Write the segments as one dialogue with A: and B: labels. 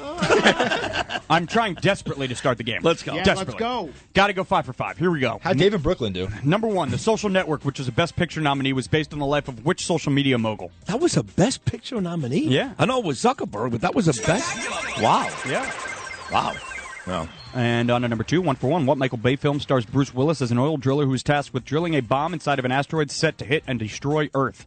A: five. I'm trying desperately to start the game.
B: Let's go.
C: Yeah,
A: desperately.
C: let's go.
A: Gotta go five for five. Here we go.
B: Mm-hmm.
D: How'd Dave and Brooklyn do?
A: Number one, The Social Network, which is a Best Picture nominee, was based on the life of which social media mogul?
B: That was a Best Picture nominee.
A: Yeah.
B: I know it was Zuckerberg, but that was a best. Wow.
A: Yeah.
B: Wow. No.
A: And on to number two, one for one, what Michael Bay film stars Bruce Willis as an oil driller who's tasked with drilling a bomb inside of an asteroid set to hit and destroy Earth?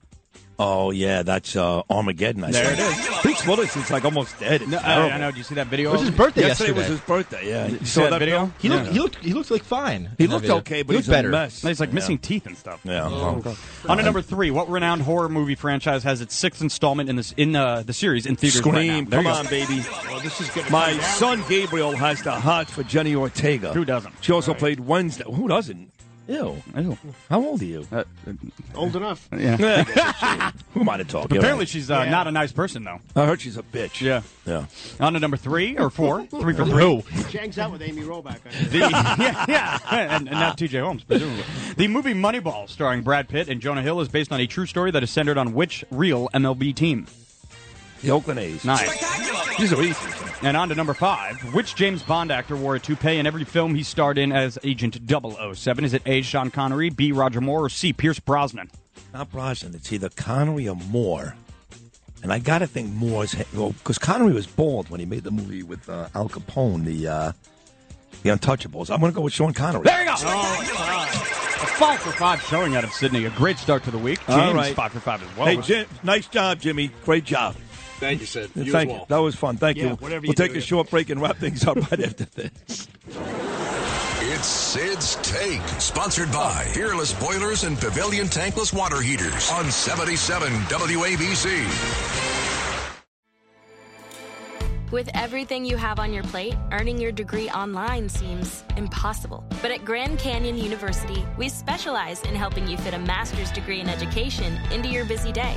B: Oh yeah, that's uh, Armageddon. I
A: There
B: think.
A: it is.
B: Bruce Willis is like almost dead. It's
A: No, I,
B: terrible.
A: I know. Did you see that video?
D: It was his birthday
B: Yesterday
D: yesterday.
B: was his birthday. Yeah. You
A: saw that video?
D: he, looked,
A: Yeah.
D: he looked. He looked like fine.
B: He
D: in that
B: looked
D: video.
B: okay, but
D: He
B: he's
D: looked better.
B: a mess.
A: He's like
B: Yeah.
A: missing teeth and stuff.
B: Yeah.
A: On to number three, what renowned horror movie franchise has its sixth installment in this in uh, the series in theaters right now?
B: Scream!
A: There
B: Come
A: you go.
B: on, baby.
A: Oh,
C: Well, this is gonna
B: My
C: come down.
B: son Gabriel has the heart for Jenny Ortega.
A: Who doesn't?
B: She also played Wednesday. Who doesn't? Ew.
A: Ew.
B: How old are you?
C: old enough.
B: Who am I to talk? You're
A: Apparently,
B: right.
A: she's uh,
C: Yeah.
A: not a nice person though.
B: I heard she's a bitch.
A: Yeah.
B: Yeah.
A: On to number three or four, three for three. Oh.
D: Bro,
C: She hangs out with Amy Rollback. I think.
A: The, yeah, yeah, and, and not T.J. Holmes, presumably. The movie Moneyball, starring Brad Pitt and Jonah Hill, is based on a true story that is centered on which real MLB team?
B: The Oakland A's.
A: Nice.
B: These are easy.
A: And on to number five. Which James Bond actor wore a toupee in every film he starred in as Agent 007? Is it A. Sean Connery, B. Roger Moore, or C. Pierce Brosnan?
B: Not Brosnan. It's either Connery or Moore. And I got to think Moore's well because Connery was bald when he made the movie with uh, Al Capone, the uh, the Untouchables. I'm going to go with Sean Connery.
A: There you go.
C: Oh.
A: A five for five showing out of Sydney. A great start to the week. James,
B: All right.
A: five for five as well.
B: Hey, Jim, nice job, Jimmy. Great job.
E: Thank you, Sid. You
B: Thank
E: as well.
B: you. That was fun. Thank
C: Yeah,
B: you.
C: whatever you
B: we'll
C: do,
B: take a
C: yeah.
B: short break and wrap things up right after this.
F: It's Sid's Take, sponsored by Fearless Boilers and Pavilion Tankless Water Heaters on 77 WABC.
G: With everything you have on your plate, earning your degree online seems impossible. But at Grand Canyon University, we specialize in helping you fit a master's degree in education into your busy day.